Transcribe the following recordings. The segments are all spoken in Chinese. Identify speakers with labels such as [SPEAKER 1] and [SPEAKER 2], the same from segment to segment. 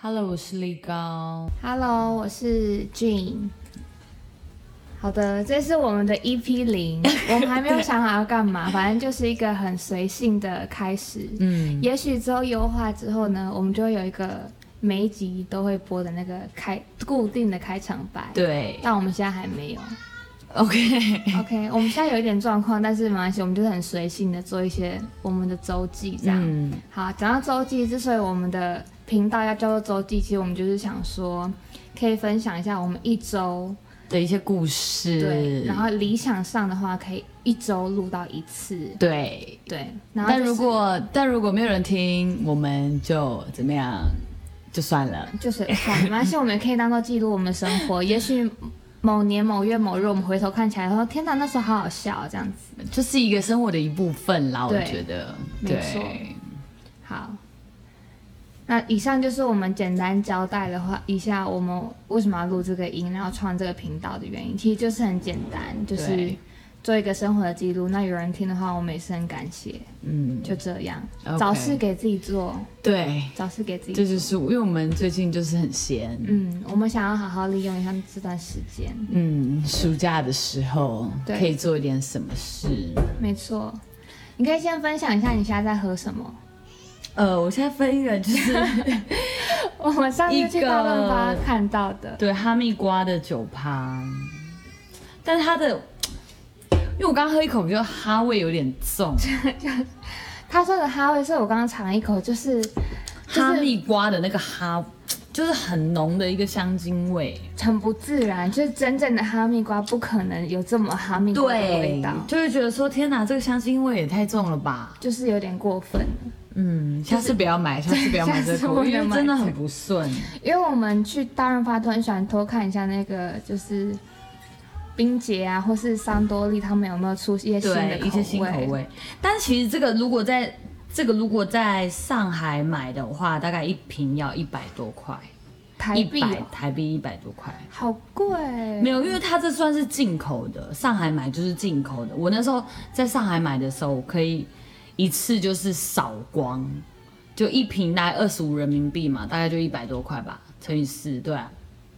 [SPEAKER 1] Hello，我是力高。
[SPEAKER 2] Hello，我是 Jean。好的，这是我们的 EP 零，我们还没有想好要干嘛，反正就是一个很随性的开始。
[SPEAKER 1] 嗯，
[SPEAKER 2] 也许之后优化之后呢，我们就会有一个每一集都会播的那个开固定的开场白。，
[SPEAKER 1] 对
[SPEAKER 2] 但我们现在还没 有。
[SPEAKER 1] ，OK，
[SPEAKER 2] OK，我们现在有一点状况，但是没关系，我们就是很随性的做一些我们的周记这样。
[SPEAKER 1] 嗯
[SPEAKER 2] 好，讲到周记，之所以我们的频道要叫做周记，其实我们就是想说，可以分享一下我们一周
[SPEAKER 1] 的一些故事，
[SPEAKER 2] 对，然后理想上的话，可以一周录到一次，
[SPEAKER 1] 对。
[SPEAKER 2] 对。然后、
[SPEAKER 1] 但如果但如果没有人听，我们就怎么样，就算了。
[SPEAKER 2] 就是好，没关系，我们也可以当做记录我们的生 活。也许某年某月某日，我们回头看起来说，天哪，那时候好好笑哦，这样子。
[SPEAKER 1] 就是一个生活的一部分啦，我
[SPEAKER 2] 对
[SPEAKER 1] 觉得，
[SPEAKER 2] 没
[SPEAKER 1] 对，
[SPEAKER 2] 错好，那以上就是我们简单交代的话，一下我们为什么要录这个音，然后创这个频道的原因，其实就是很简单，就是
[SPEAKER 1] 对
[SPEAKER 2] 做一个生活的记录。那有人听的话，我们也是很感谢。
[SPEAKER 1] 嗯，
[SPEAKER 2] 就这样
[SPEAKER 1] OK
[SPEAKER 2] 找事给自己做，
[SPEAKER 1] 对，
[SPEAKER 2] 找事给自己做
[SPEAKER 1] 这就是我因为我们最近就是很闲，
[SPEAKER 2] 嗯，我们想要好好利用一下这段时间。
[SPEAKER 1] 嗯，暑假的时候
[SPEAKER 2] 对
[SPEAKER 1] 可以做一点什么事。
[SPEAKER 2] 没错，你可以先分享一下你现在在喝什么。
[SPEAKER 1] 呃，我现在分一个就是
[SPEAKER 2] 我们上次去大润发
[SPEAKER 1] 一个
[SPEAKER 2] 看到的，
[SPEAKER 1] 对哈密瓜的酒趴，但是它的，因为我刚喝一口，我觉得哈味有点重，
[SPEAKER 2] 他说的哈味是我刚刚尝一口，就是
[SPEAKER 1] 哈密瓜的那个哈，就是很浓的一个香精味。
[SPEAKER 2] 很不自然，就是真正的哈密瓜不可能有这么哈密瓜的味
[SPEAKER 1] 对
[SPEAKER 2] 道，，
[SPEAKER 1] 就会觉得说天哪，这个香精味也太重了吧。
[SPEAKER 2] 就是有点过分了。
[SPEAKER 1] 嗯，下次不要买，下次不要买这
[SPEAKER 2] 下次
[SPEAKER 1] 口
[SPEAKER 2] 不
[SPEAKER 1] 味，因
[SPEAKER 2] 要
[SPEAKER 1] 为
[SPEAKER 2] 买
[SPEAKER 1] 真的很不顺。
[SPEAKER 2] 因为我们去大润发都很喜欢偷看一下那个就是冰姐啊，或是桑多利他们有没有出一些新
[SPEAKER 1] 对，
[SPEAKER 2] 的
[SPEAKER 1] 一些新口味。但其实这个如果在这个如果在上海买的话，大概一瓶要一百多块，
[SPEAKER 2] 台
[SPEAKER 1] 一
[SPEAKER 2] 币
[SPEAKER 1] 百
[SPEAKER 2] 哦
[SPEAKER 1] 台币一百多块。
[SPEAKER 2] 好贵，
[SPEAKER 1] 没有，因为它这算是进口的，上海买就是进口的。我那时候在上海买的时候，我可以一次就是扫光，就一瓶大概二十五人民币嘛，大概就一百多块吧，乘以四，对啊，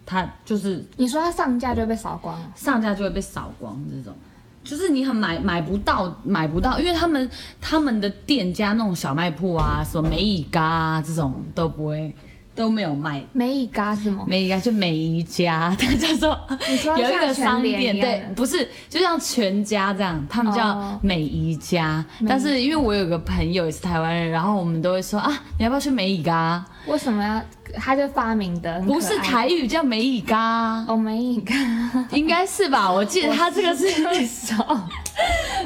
[SPEAKER 1] 它就是
[SPEAKER 2] 你说它上架就被扫光了，
[SPEAKER 1] 上架就会被扫光，这种就是你很买买不到，买不到，因为他们他们的店家那种小卖铺啊，什么美乙嘎啊这种都不会都没有卖。
[SPEAKER 2] 美以嘎是吗？
[SPEAKER 1] 美宜家啊就美宜家，他叫做
[SPEAKER 2] 说
[SPEAKER 1] 有一个
[SPEAKER 2] 像全
[SPEAKER 1] 商
[SPEAKER 2] 联
[SPEAKER 1] 店，
[SPEAKER 2] 一样
[SPEAKER 1] 对
[SPEAKER 2] 的，
[SPEAKER 1] 不是就像全家这样，他们叫
[SPEAKER 2] 哦
[SPEAKER 1] 美宜家。但是因为我有个朋友也是台湾人，然后我们都会说啊，你要不要去美宜嘎？
[SPEAKER 2] 为什么要？他就发明的，很可爱
[SPEAKER 1] 不是台语叫美宜嘎，
[SPEAKER 2] 哦，美 以嘎，
[SPEAKER 1] 应该是吧？我记得他这个 是啊
[SPEAKER 2] 手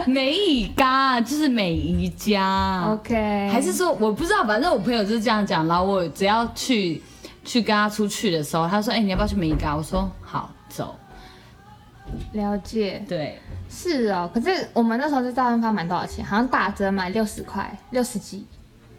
[SPEAKER 1] 美宜嘎就是美宜家
[SPEAKER 2] ，OK，
[SPEAKER 1] 还是说我不知道，反正我朋友就是这样讲。然后我只要去去跟他出去的时候，他说：“哎、你要不要去美宜嘎？”我说：“好，走。
[SPEAKER 2] 了解”，
[SPEAKER 1] 对，
[SPEAKER 2] 是哦。可是我们那时候在大润发买多少钱？好像打折买六十块，六十几，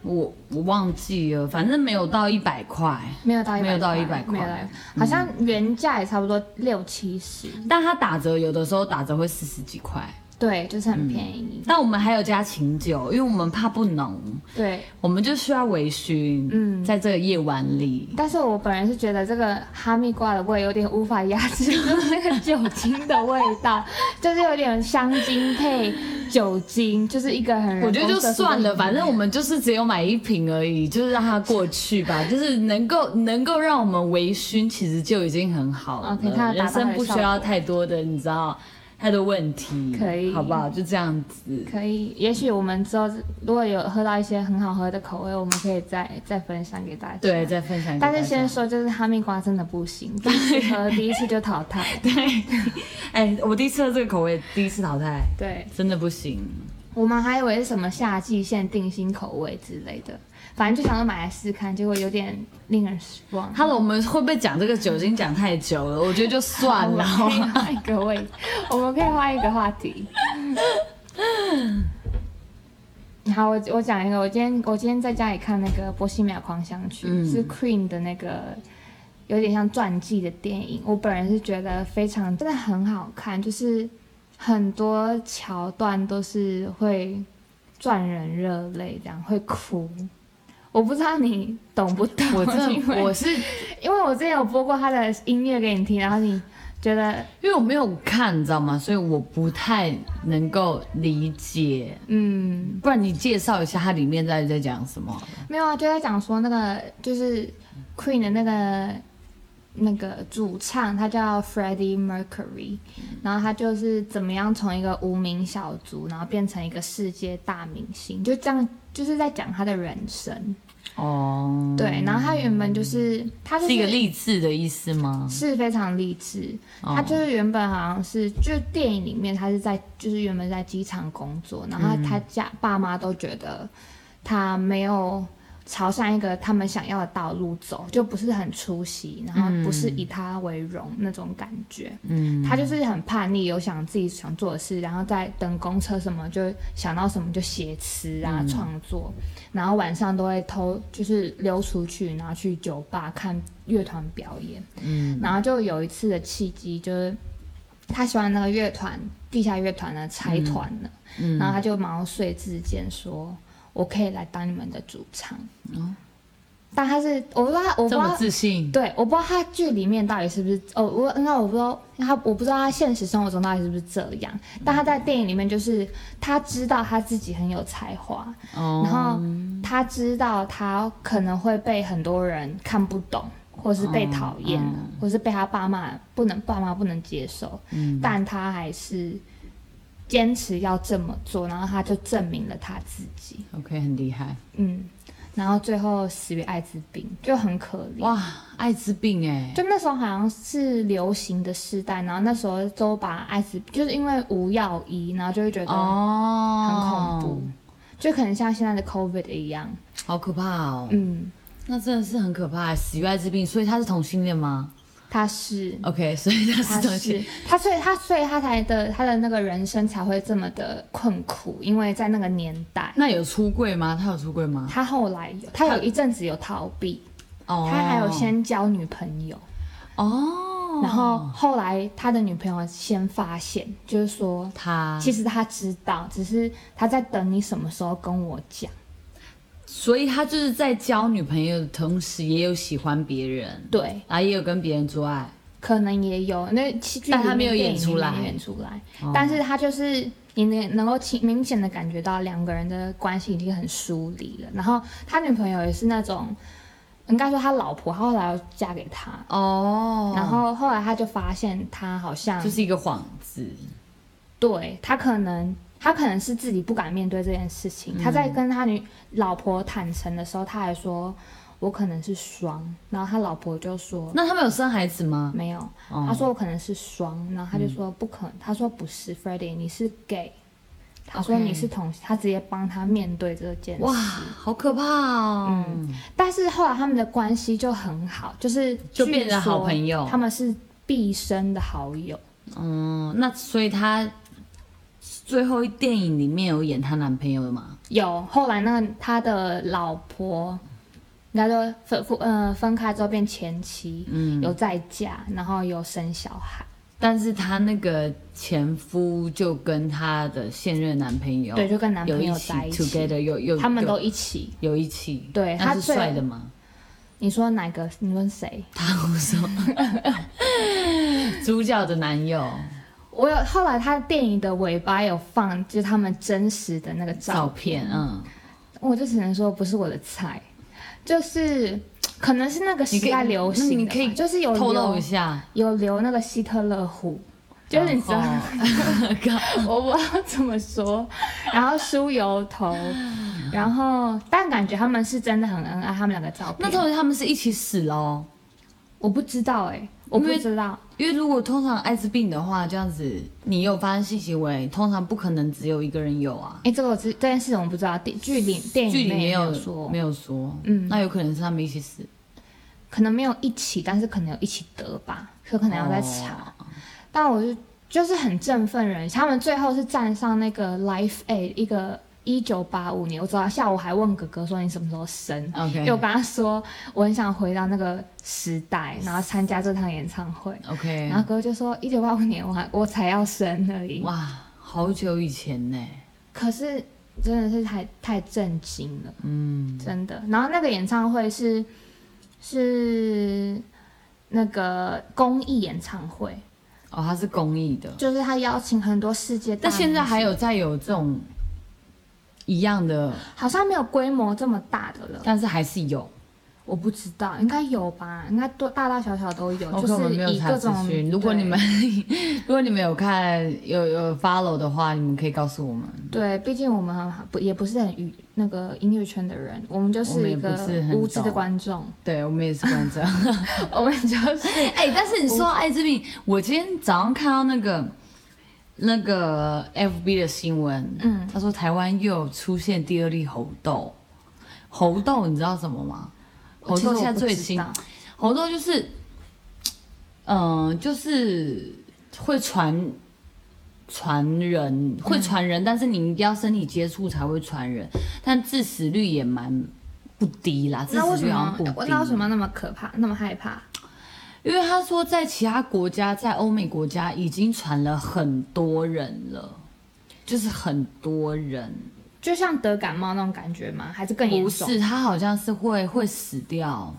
[SPEAKER 1] 我我忘记了，反正没有到一百块，
[SPEAKER 2] 没有到一百，
[SPEAKER 1] 没有到100块
[SPEAKER 2] 没有到100，好像原价也差不多六七十，
[SPEAKER 1] 但他打折有的时候打折会四十几块。
[SPEAKER 2] 对，就是很便宜，
[SPEAKER 1] 但我们还有加琴酒，因为我们怕不浓，
[SPEAKER 2] 对。
[SPEAKER 1] 我们就需要微醺。嗯，
[SPEAKER 2] 嗯
[SPEAKER 1] 在这个夜晚里，
[SPEAKER 2] 但是我本人是觉得这个哈密瓜的味有点无法压制就是那个酒精的味道， 就是有点香精配酒精，就是一个很人
[SPEAKER 1] 我
[SPEAKER 2] 工
[SPEAKER 1] 觉得就
[SPEAKER 2] 色素
[SPEAKER 1] 算
[SPEAKER 2] 的
[SPEAKER 1] 了，
[SPEAKER 2] 饮
[SPEAKER 1] 反正我们就是只有买一瓶而已，就是让它过去 吧，就是能够能够让我们微醺，其实就已经很好了。
[SPEAKER 2] OK，它有达到
[SPEAKER 1] 人生不需
[SPEAKER 2] 它
[SPEAKER 1] 要
[SPEAKER 2] 哦的效果
[SPEAKER 1] 太多的，你知道，太多问题，
[SPEAKER 2] 可以
[SPEAKER 1] 好不好？就这样子。
[SPEAKER 2] 可以，也许我们之后如果有喝到一些很好喝的口味，我们可以再再分享给大家。
[SPEAKER 1] 对，，再分享给大
[SPEAKER 2] 但
[SPEAKER 1] 家。
[SPEAKER 2] 是先说，就是哈密瓜真的不行，第一次喝第一次就淘 汰。
[SPEAKER 1] 对，哎，我第一次喝这个口味，第一次淘汰，
[SPEAKER 2] 对，
[SPEAKER 1] 真的不行。
[SPEAKER 2] 我们还以为是什么夏季限定新口味之类的，反正就想说买来试看，结果有点令人失望。
[SPEAKER 1] 哈喽，我们会不会讲这个酒精讲太久了？我觉得就算 了。
[SPEAKER 2] 我们可以换一 个位置，我们可以换一个话题。好，我我讲一个，我今天我今天在家里看那个《波西米亚狂想曲》
[SPEAKER 1] 嗯
[SPEAKER 2] 是 Queen 的那个，有点像传记的电影。我本人是觉得非常真的很好看，就是很多桥段都是会赚人热泪，这样会哭。我不知道你懂不懂，
[SPEAKER 3] 我
[SPEAKER 2] 因
[SPEAKER 3] 真的
[SPEAKER 2] 为
[SPEAKER 3] 我是因
[SPEAKER 2] 因为我之前有播过他的音乐给你听，然后你觉得
[SPEAKER 1] 因为我没有看，你知道吗？所以我不太能够理解。
[SPEAKER 2] 嗯
[SPEAKER 1] 不然你介绍一下它里面到底在讲什么好了？
[SPEAKER 2] 没有啊，就在讲说那个就是 Queen 的那个那个主唱，他叫 Freddie Mercury，
[SPEAKER 1] 嗯
[SPEAKER 2] 然后他就是怎么样从一个无名小卒，然后变成一个世界大明星，就这样就是在讲他的人生。
[SPEAKER 1] 哦，
[SPEAKER 2] 对，然后他原本就是他就是
[SPEAKER 1] 一个励志的意思吗？
[SPEAKER 2] 是非常励志，
[SPEAKER 1] 哦
[SPEAKER 2] 他就是原本好像是，就是电影里面他是在，就是原本在机场工作，然后他
[SPEAKER 1] 嗯
[SPEAKER 2] 他家爸妈都觉得他没有朝向一个他们想要的道路走，就不是很出息，然后不是以他为荣那种感觉。
[SPEAKER 1] 嗯，
[SPEAKER 2] 他就是很叛逆，有想自己想做的事，然后在等公车什么就想到什么就写词啊、
[SPEAKER 1] 嗯
[SPEAKER 2] 创作，然后晚上都会偷就是溜出去，然后去酒吧看乐团表演。
[SPEAKER 1] 嗯，
[SPEAKER 2] 然后就有一次的契机，就是他喜欢那个乐团，地下乐团呢拆团了，
[SPEAKER 1] 嗯
[SPEAKER 2] 然后他就毛遂自荐说：“我可以来当你们的主唱。”
[SPEAKER 1] 哦
[SPEAKER 2] 但他是我不知道他，我不知
[SPEAKER 1] 这么
[SPEAKER 2] 道
[SPEAKER 1] 自信，
[SPEAKER 2] 对，我不知道他剧里面到底是不是哦，我那我不知道他，我不知道他现实生活中到底是不是这样，但他在电影里面就是他知道他自己很有才华，
[SPEAKER 1] 哦，
[SPEAKER 2] 然后他知道他可能会被很多人看不懂，或是被讨厌，
[SPEAKER 1] 嗯
[SPEAKER 2] 或是被他爸妈不能爸妈不能接受，
[SPEAKER 1] 嗯
[SPEAKER 2] 但他还是坚持要这么做，然后他就证明了他自己，
[SPEAKER 1] ，OK，很厉害，
[SPEAKER 2] 嗯，然后最后死于艾滋病，就很可怜。
[SPEAKER 1] 哇，艾滋病哎，
[SPEAKER 2] 就那时候好像是流行的时代，然后那时候都把艾滋，就是因为无药医，然后就会觉得
[SPEAKER 1] 哦，
[SPEAKER 2] 很恐怖，就可能像现在的 COVID 一样，
[SPEAKER 1] 好可怕哦，
[SPEAKER 2] 嗯，
[SPEAKER 1] 那真的是很可怕，死于艾滋病，所以他是同性恋吗
[SPEAKER 2] 他是
[SPEAKER 1] ？OK，所以他
[SPEAKER 2] 他
[SPEAKER 1] 是同性
[SPEAKER 2] 是
[SPEAKER 1] 恋，
[SPEAKER 2] 他，所以他所以他才的他的那个人生才会这么的困苦，因为在那个年代，
[SPEAKER 1] 那有出柜吗？他有出柜吗？
[SPEAKER 2] 他后来有他有一阵子有逃避，
[SPEAKER 1] 哦，
[SPEAKER 2] 他还有先交女朋友，
[SPEAKER 1] 哦，
[SPEAKER 2] 然后后来他的女朋友先发现，就是说
[SPEAKER 1] 他
[SPEAKER 2] 其实他知道，只是他在等你什么时候跟我讲。
[SPEAKER 1] 所以他就是在交女朋友的同时，也有喜欢别人，
[SPEAKER 2] 对，
[SPEAKER 1] 然后也有跟别人做爱。
[SPEAKER 2] 可能也有那戏剧里面，
[SPEAKER 1] 但他没有
[SPEAKER 2] 电影
[SPEAKER 1] 演出
[SPEAKER 2] 里面
[SPEAKER 1] 来
[SPEAKER 2] 演出来，
[SPEAKER 1] 哦
[SPEAKER 2] 但是他就是你能能够清明显的感觉到两个人的关系已经很疏离了。然后他女朋友也是那种，应该说他老婆，他后来要嫁给他，
[SPEAKER 1] 哦，
[SPEAKER 2] 然后后来他就发现他好像
[SPEAKER 1] 就是一个幌子，
[SPEAKER 2] 对他可能。他可能是自己不敢面对这件事情。
[SPEAKER 1] 嗯
[SPEAKER 2] 他在跟他女老婆坦诚的时候，他还说：“我可能是双。”然后他老婆就说：“
[SPEAKER 1] 那他们有生孩子吗？
[SPEAKER 2] 没有。”
[SPEAKER 1] 哦嗯
[SPEAKER 2] 他说我可能是双，然后他就说不可能，他说不是 f r e d d y 你是 gay，他说
[SPEAKER 1] OK
[SPEAKER 2] 你是同性，他直接帮他面对这件
[SPEAKER 1] 哇，
[SPEAKER 2] 事。
[SPEAKER 1] 啊好可怕哦！
[SPEAKER 2] 但是后来他们的关系就很好，就是
[SPEAKER 1] 就
[SPEAKER 2] 据
[SPEAKER 1] 变成好
[SPEAKER 2] 说
[SPEAKER 1] 朋友
[SPEAKER 2] 他们是毕生的好友。
[SPEAKER 1] 嗯，那所以他最后一电影里面有演她男朋友的吗？
[SPEAKER 2] 有后来那个他的老婆。应该说分分呃分开之后变前妻，嗯，有再嫁，然后有生小孩，
[SPEAKER 1] 但是她那个前夫就跟她的现任男朋友
[SPEAKER 2] 对，就跟男
[SPEAKER 1] 有
[SPEAKER 2] 朋
[SPEAKER 1] 一
[SPEAKER 2] 友
[SPEAKER 1] 起
[SPEAKER 2] 在一起
[SPEAKER 1] together，有有
[SPEAKER 2] 他们
[SPEAKER 1] 有
[SPEAKER 2] 都一起。
[SPEAKER 1] 有一起，
[SPEAKER 2] 对
[SPEAKER 1] 那
[SPEAKER 2] 他
[SPEAKER 1] 是
[SPEAKER 2] 最
[SPEAKER 1] 帅的吗？
[SPEAKER 2] 你说哪个？你问谁？
[SPEAKER 1] 他胡说，主角的男友
[SPEAKER 2] 我有后来他电影的尾巴有放，就是他们真实的那个
[SPEAKER 1] 照
[SPEAKER 2] 照片，
[SPEAKER 1] 片，嗯，
[SPEAKER 2] 我就只能说不是我的菜，就是可能是那个时代流行的吧，
[SPEAKER 1] 你可以
[SPEAKER 2] 就是有
[SPEAKER 1] 透露
[SPEAKER 2] 留
[SPEAKER 1] 一下，
[SPEAKER 2] 有留那个希特勒胡，就是你知道，
[SPEAKER 1] 然后
[SPEAKER 2] 我不知道怎么说，然后梳油头， 然后但感觉他们是真的很恩爱，他们两个照片，
[SPEAKER 1] 那通常他们是一起死喽，
[SPEAKER 2] 我不知道哎、我不
[SPEAKER 1] 因为
[SPEAKER 2] 知道，
[SPEAKER 1] 因为如果通常艾滋病的话，这样子你有发生性行为，通常不可能只有一个人有啊。
[SPEAKER 2] 哎、这个我知这件事我们不知道，电剧里电
[SPEAKER 1] 剧
[SPEAKER 2] 影
[SPEAKER 1] 里
[SPEAKER 2] 面
[SPEAKER 1] 没
[SPEAKER 2] 也
[SPEAKER 1] 有
[SPEAKER 2] 说
[SPEAKER 1] 没。有说，
[SPEAKER 2] 嗯
[SPEAKER 1] 那有可能是他们一起死。
[SPEAKER 2] 可能没有一起，但是可能有一起得吧，所以可能要再查。但我就就是很振奋人，他们最后是站上那个 Life Aid 一个一九八五年，我知道下午还问哥哥说你什么时候生。
[SPEAKER 1] OK
[SPEAKER 2] 因为我跟他说，我很想回到那个时代，然后参加这场演唱会。
[SPEAKER 1] OK，
[SPEAKER 2] 然后哥哥就说，一九八五年我还我才要生而已。
[SPEAKER 1] 哇，好久以前呢、
[SPEAKER 2] 可是真的是太太震惊了，嗯，真的。然后那个演唱会是是那个公益演唱会，
[SPEAKER 1] 哦，它是公益的。
[SPEAKER 2] 就是他邀请很多世界大
[SPEAKER 1] 但
[SPEAKER 2] 明星，
[SPEAKER 1] 现在还有再有这种一样的，
[SPEAKER 2] 好像没有规模这么大的了，
[SPEAKER 1] 但是还是有。
[SPEAKER 2] 我不知道，应该有吧？应该多大大小小都有，
[SPEAKER 1] OK，
[SPEAKER 2] 就
[SPEAKER 1] 我哦们没
[SPEAKER 2] 是
[SPEAKER 1] 有
[SPEAKER 2] 以
[SPEAKER 1] 查
[SPEAKER 2] 各
[SPEAKER 1] 资
[SPEAKER 2] 种
[SPEAKER 1] 讯。如果你们如果你们有看有有 follow 的话，你们可以告诉我们。
[SPEAKER 2] 对，对毕竟我们很不也不是很娱那个音乐圈的人，我们就
[SPEAKER 1] 我们
[SPEAKER 2] 是
[SPEAKER 1] 也
[SPEAKER 2] 一
[SPEAKER 1] 不
[SPEAKER 2] 个
[SPEAKER 1] 是很
[SPEAKER 2] 无知的
[SPEAKER 1] 懂
[SPEAKER 2] 观众，
[SPEAKER 1] 对我们也是观众。
[SPEAKER 2] 我们就是
[SPEAKER 1] 哎、但是你说到艾滋病，我今天早上看到那个那个 FB 的新闻，
[SPEAKER 2] 嗯，
[SPEAKER 1] 他说台湾又出现第二例猴痘。猴痘你知道什么吗？猴
[SPEAKER 2] 其实
[SPEAKER 1] 痘
[SPEAKER 2] 我
[SPEAKER 1] 现在
[SPEAKER 2] 不
[SPEAKER 1] 最
[SPEAKER 2] 知
[SPEAKER 1] 新
[SPEAKER 2] 道，
[SPEAKER 1] 猴痘就是，嗯、就是会传传人，会传
[SPEAKER 2] 嗯
[SPEAKER 1] 人，但是你一定要身体接触才会传人，但致死率也蛮不低啦，致
[SPEAKER 2] 那为
[SPEAKER 1] 死
[SPEAKER 2] 什
[SPEAKER 1] 率好像
[SPEAKER 2] 么
[SPEAKER 1] 不低。
[SPEAKER 2] 那为什么那么可怕，那么害怕？
[SPEAKER 1] 因为他说在其他国家，在欧美国家已经传了很多人了，就是很多人，
[SPEAKER 2] 就像得感冒那种感觉吗？还是更严
[SPEAKER 1] 不
[SPEAKER 2] 重？
[SPEAKER 1] 是他好像是会会死掉，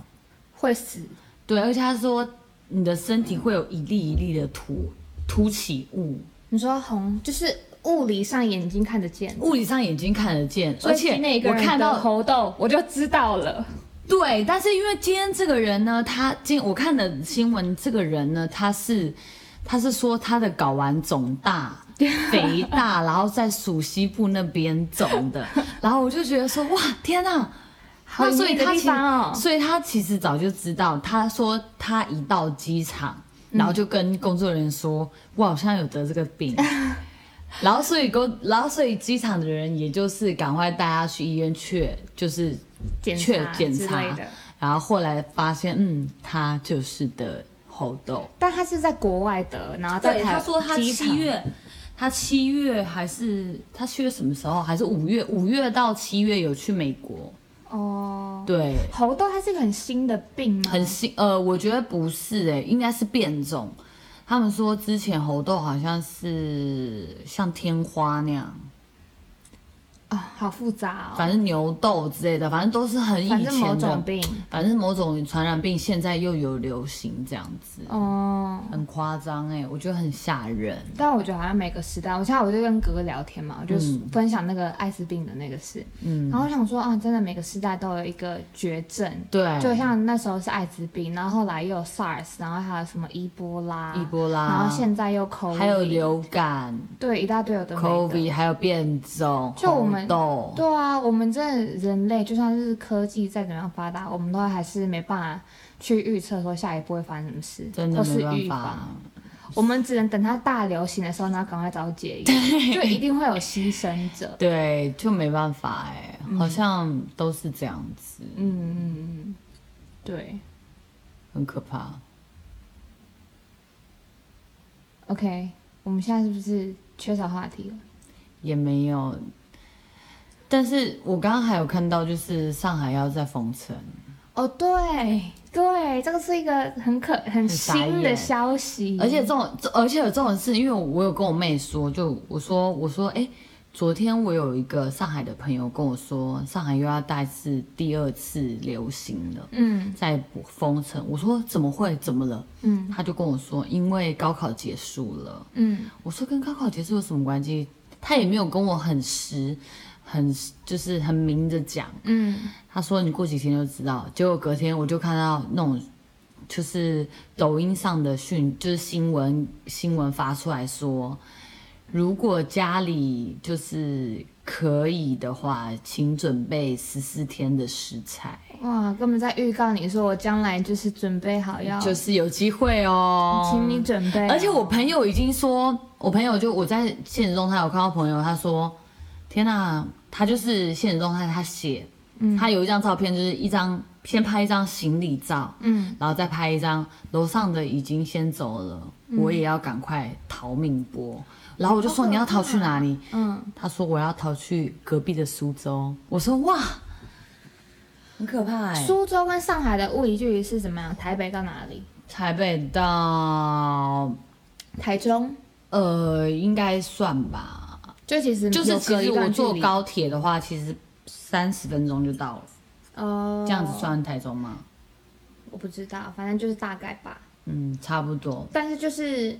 [SPEAKER 2] 会死？
[SPEAKER 1] 对，而且他说你的身体会有一粒一粒的凸凸起物，
[SPEAKER 2] 你说红就是物理上眼睛看得见，
[SPEAKER 1] 物理上眼睛看得见，而且
[SPEAKER 2] 那个
[SPEAKER 1] 我
[SPEAKER 2] 人
[SPEAKER 1] 看
[SPEAKER 2] 得
[SPEAKER 1] 到
[SPEAKER 2] 猴痘，我就知道了。
[SPEAKER 1] 对，但是因为今天这个人呢，他今我看的新闻，这个人呢，他是他是说他的睾丸肿大、肥大，然后在属西部那边肿 的，然后我就觉得说，哇，天呐！
[SPEAKER 2] 好
[SPEAKER 1] 那所以
[SPEAKER 2] 隐秘的
[SPEAKER 1] 他
[SPEAKER 2] 地
[SPEAKER 1] 其实
[SPEAKER 2] 方哦
[SPEAKER 1] 所以他其实早就知道，他说他一到机场，
[SPEAKER 2] 嗯
[SPEAKER 1] 然后就跟工作人员说，我好像有得这个病。然后，所以工，然后所以机场的人也就是赶快带他去医院确，就是
[SPEAKER 2] 检
[SPEAKER 1] 确
[SPEAKER 2] 查
[SPEAKER 1] 检
[SPEAKER 2] 之
[SPEAKER 1] 查
[SPEAKER 2] 类的，
[SPEAKER 1] 然后后来发现，嗯，他就是得猴痘。
[SPEAKER 2] 但他是在国外得，然后在台
[SPEAKER 1] 他说他
[SPEAKER 2] 机场
[SPEAKER 1] 七月，他七月还是他七月什么时候？还是五月？五月到七月有去美国？
[SPEAKER 2] 哦。嗯
[SPEAKER 1] 对，
[SPEAKER 2] 猴痘它是一个很新的病吗？
[SPEAKER 1] 很新。呃，我觉得不是、欸，应该是变种。他们说之前猴痘好像是像天花那样，
[SPEAKER 2] 啊、好复杂哦。
[SPEAKER 1] 反正牛痘之类的，反正都是很以
[SPEAKER 2] 反正某
[SPEAKER 1] 前
[SPEAKER 2] 种
[SPEAKER 1] 的，
[SPEAKER 2] 病
[SPEAKER 1] 反正某种传染病现在又有流行这样子。
[SPEAKER 2] 哦。
[SPEAKER 1] 很夸张哎，我觉得很吓人。
[SPEAKER 2] 但我觉得好像每个时代，我下午就跟哥哥聊天嘛，我就分享那个艾滋病的那个事，
[SPEAKER 1] 嗯，
[SPEAKER 2] 然后我想说啊，真的每个时代都有一个绝症，
[SPEAKER 1] 对，
[SPEAKER 2] 就像那时候是艾滋病，然后后来又有 SARS，然后还有什么伊波拉，
[SPEAKER 1] 伊波拉
[SPEAKER 2] 然后现在又 COVID，
[SPEAKER 1] 还有流感、
[SPEAKER 2] 对一大堆有的没的
[SPEAKER 1] COVID，还有变种、
[SPEAKER 2] 就我们
[SPEAKER 1] 红痘，
[SPEAKER 2] 对啊，我们这人类就算是科技再怎么样发达，我们都还是没办法去预测说下一步会发生什么事，
[SPEAKER 1] 真的
[SPEAKER 2] 或是
[SPEAKER 1] 没办
[SPEAKER 2] 预
[SPEAKER 1] 法
[SPEAKER 2] 防。。我们只能等它大流行的时候，然后赶快找 解药，就一定会有牺牲者。
[SPEAKER 1] 对，就没办法哎，好像都是这样子，
[SPEAKER 2] 嗯，对
[SPEAKER 1] 很可怕。
[SPEAKER 2] ，OK，我们现在是不是缺少话题了？
[SPEAKER 1] 也没有，但是我刚刚还有看到，就是上海要再封城，
[SPEAKER 2] 哦，对对，这个是一个很可很
[SPEAKER 1] 傻
[SPEAKER 2] 新的
[SPEAKER 1] 眼
[SPEAKER 2] 消息，
[SPEAKER 1] 而且这种，这而且有这种事，因为我有跟我妹说，就我说我说，哎、昨天我有一个上海的朋友跟我说，上海又要再次第二次流行了，
[SPEAKER 2] 嗯
[SPEAKER 1] 再封城。我说怎么会？怎么了？
[SPEAKER 2] 嗯
[SPEAKER 1] 他就跟我说，因为高考结束了。
[SPEAKER 2] 嗯，
[SPEAKER 1] 我说跟高考结束有什么关系？他也没有跟我很实，很就是很明着讲。
[SPEAKER 2] 嗯，
[SPEAKER 1] 他说你过几天就知道。结果隔天我就看到那种，就是抖音上的讯，就是新闻新闻发出来说，如果家里就是可以的话，请准备十四天的食材，
[SPEAKER 2] 哇，根本在预告你说我将来就是准备好要，
[SPEAKER 1] 就是有机会哦，
[SPEAKER 2] 请你准备，
[SPEAKER 1] 而且我朋友已经说，我朋友就我在现实中他有看到朋友，他说：“天哪、他就是现实中态，他写，他有一张照片，就是一张先拍一张行李照，
[SPEAKER 2] 嗯，
[SPEAKER 1] 然后再拍一张楼上的已经先走了，我也要赶快逃命搏。”然后我就说：“你要逃去哪里？”
[SPEAKER 2] 嗯，
[SPEAKER 1] 他说：“我要逃去隔壁的苏州。”我说：“哇，很可怕哎、
[SPEAKER 2] 苏州跟上海的物理距离是怎么样？台北到哪里？
[SPEAKER 1] 台北到
[SPEAKER 2] 台中，
[SPEAKER 1] 呃，应该算吧。
[SPEAKER 2] 就其实
[SPEAKER 1] 就是
[SPEAKER 2] 有
[SPEAKER 1] 其
[SPEAKER 2] 隔
[SPEAKER 1] 实
[SPEAKER 2] 一
[SPEAKER 1] 我
[SPEAKER 2] 段距
[SPEAKER 1] 坐
[SPEAKER 2] 离
[SPEAKER 1] 高铁的话，其实三十分钟就到了，
[SPEAKER 2] 哦，
[SPEAKER 1] 这样子算台中吗？
[SPEAKER 2] 我不知道，反正就是大概吧。
[SPEAKER 1] 嗯，差不多。
[SPEAKER 2] 但是就是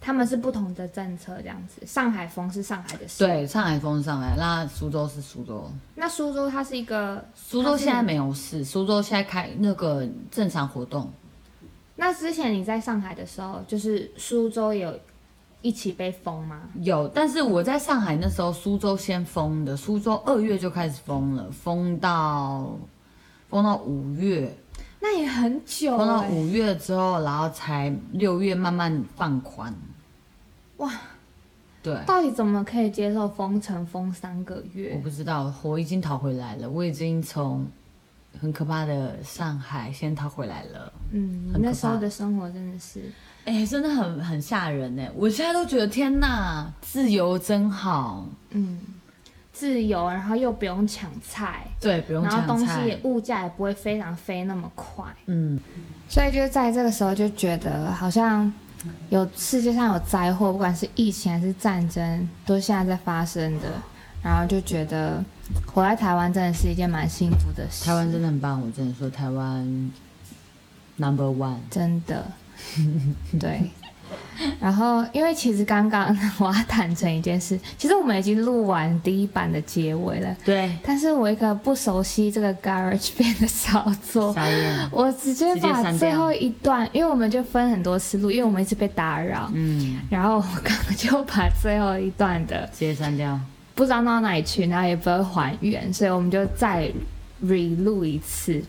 [SPEAKER 2] 他们是不同的政策这样子，上海风是上海的事。
[SPEAKER 1] 对，上海封上海，那苏州是苏州，
[SPEAKER 2] 那苏州它是一个，
[SPEAKER 1] 苏州
[SPEAKER 2] 它是
[SPEAKER 1] 现在没有事，苏州现在开那个正常活动。
[SPEAKER 2] 那之前你在上海的时候，就是苏州有一起被封吗？
[SPEAKER 1] 有，但是我在上海那时候，苏州先封的，苏州二月就开始封了，封到封到五月，
[SPEAKER 2] 那也很久、
[SPEAKER 1] 封到
[SPEAKER 2] 欸，
[SPEAKER 1] 五月之后，然后才六月慢慢放宽。
[SPEAKER 2] 哇，
[SPEAKER 1] 对，
[SPEAKER 2] 到底怎么可以接受封城封三个
[SPEAKER 1] 我
[SPEAKER 2] 月？
[SPEAKER 1] 不知道，我已经逃回来了，我已经从很可怕的上海先逃回来了。
[SPEAKER 2] 嗯，
[SPEAKER 1] 很可怕
[SPEAKER 2] 那时候的生活真的是，
[SPEAKER 1] 哎、真的很很吓人哎！我现在都觉得天呐，自由真好。
[SPEAKER 2] 嗯，自由，然后又不用抢菜，
[SPEAKER 1] 对，不用
[SPEAKER 2] 然后
[SPEAKER 1] 抢
[SPEAKER 2] 东西也
[SPEAKER 1] 菜。
[SPEAKER 2] 物价也不会非常飞那么快，
[SPEAKER 1] 嗯，
[SPEAKER 2] 所以就是在这个时候就觉得好像有世界上有灾祸，不管是疫情还是战争，都现在在发生的，然后就觉得活在台湾真的是一件蛮幸福的事。
[SPEAKER 1] 台湾真的很棒，我只能说台湾 number one。
[SPEAKER 2] 真 的，对。然后，因为其实刚刚我要坦诚一件事，其实我们已经录完第一版的结尾了，
[SPEAKER 1] 对，
[SPEAKER 2] 但是我一个不熟悉这个 GarageBand 的操 作，
[SPEAKER 1] 傻眼。
[SPEAKER 2] 我直接
[SPEAKER 1] 直接
[SPEAKER 2] 把
[SPEAKER 1] 删掉
[SPEAKER 2] 最后一段，因为我们就分很多思路，因为我们一直被打扰，
[SPEAKER 1] 嗯，
[SPEAKER 2] 然后我刚刚就把最后一段的
[SPEAKER 1] 直接删掉。
[SPEAKER 2] 不知道到哪里去，然后也不会还原，所以我们就再 re 录一次。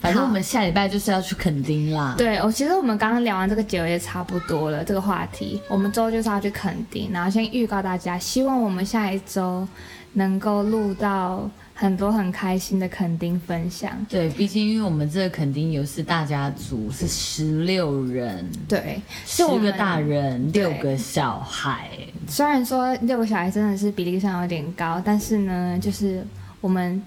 [SPEAKER 1] 反正我们下礼拜就是要去垦丁啦。
[SPEAKER 2] 对，我其实我们刚刚聊完这个结尾也差不多了，这个话题，我们之后就是要去垦丁，然后先预告大家，希望我们下一周能够录到很多很开心的垦丁分享。
[SPEAKER 1] 对，毕竟因为我们这个垦丁游是大家族，是十六人，
[SPEAKER 2] 对，是
[SPEAKER 1] 十
[SPEAKER 2] 我
[SPEAKER 1] 个
[SPEAKER 2] 们
[SPEAKER 1] 大人，
[SPEAKER 2] 对
[SPEAKER 1] 六个小孩。
[SPEAKER 2] 虽然说六个小孩真的是比例上有点高，但是呢，就是我们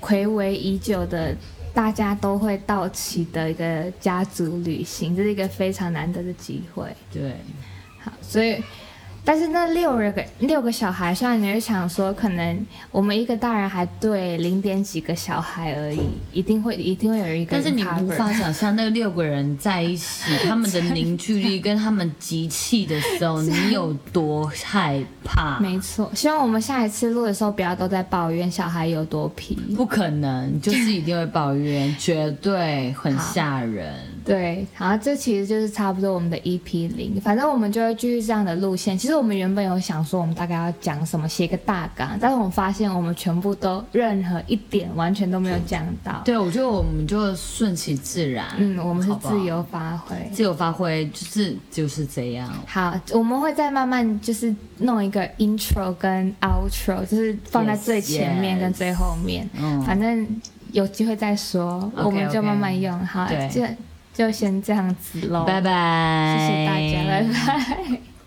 [SPEAKER 2] 暌违已久的。大家都会到齐的一个家族旅行，这是一个非常难得的机会。
[SPEAKER 1] 对，
[SPEAKER 2] 好，所以，但是那六个六个小孩，虽然你会想说，可能我们一个大人还对零点几个小孩而已，一定会一定会有一个
[SPEAKER 1] 但
[SPEAKER 2] 人 cover。
[SPEAKER 1] 是你无法想象那六个人在一起， 他们的凝聚力跟他们集气的时 候，你有多害怕？
[SPEAKER 2] 没错，希望我们下一次录的时候，不要都在抱怨小孩有多皮。
[SPEAKER 1] 不可能，就是一定会抱怨，绝对很吓人。
[SPEAKER 2] 对，然后这其实就是差不多我们的 EP 零，反正我们就会继续这样的路线。其实我们原本有想说我们大概要讲什么，写一个大纲，但是我们发现我们全部都任何一点完全都没有讲到。
[SPEAKER 1] 对，我觉得我们就顺其自然，
[SPEAKER 2] 嗯，我们是
[SPEAKER 1] 好不好
[SPEAKER 2] 自由发挥。
[SPEAKER 1] 自由发挥，就是就是这样。
[SPEAKER 2] 好，我们会再慢慢就是弄一个 intro 跟 outro，就是放在
[SPEAKER 1] Yes,
[SPEAKER 2] 最前面
[SPEAKER 1] yes
[SPEAKER 2] 跟最后面。
[SPEAKER 1] 嗯，
[SPEAKER 2] 反正有机会再说
[SPEAKER 1] OK，
[SPEAKER 2] 我们
[SPEAKER 1] OK
[SPEAKER 2] 就慢慢用。好，
[SPEAKER 1] 对
[SPEAKER 2] 就就先这样子喽，
[SPEAKER 1] 拜拜，
[SPEAKER 2] 谢谢大家，拜拜。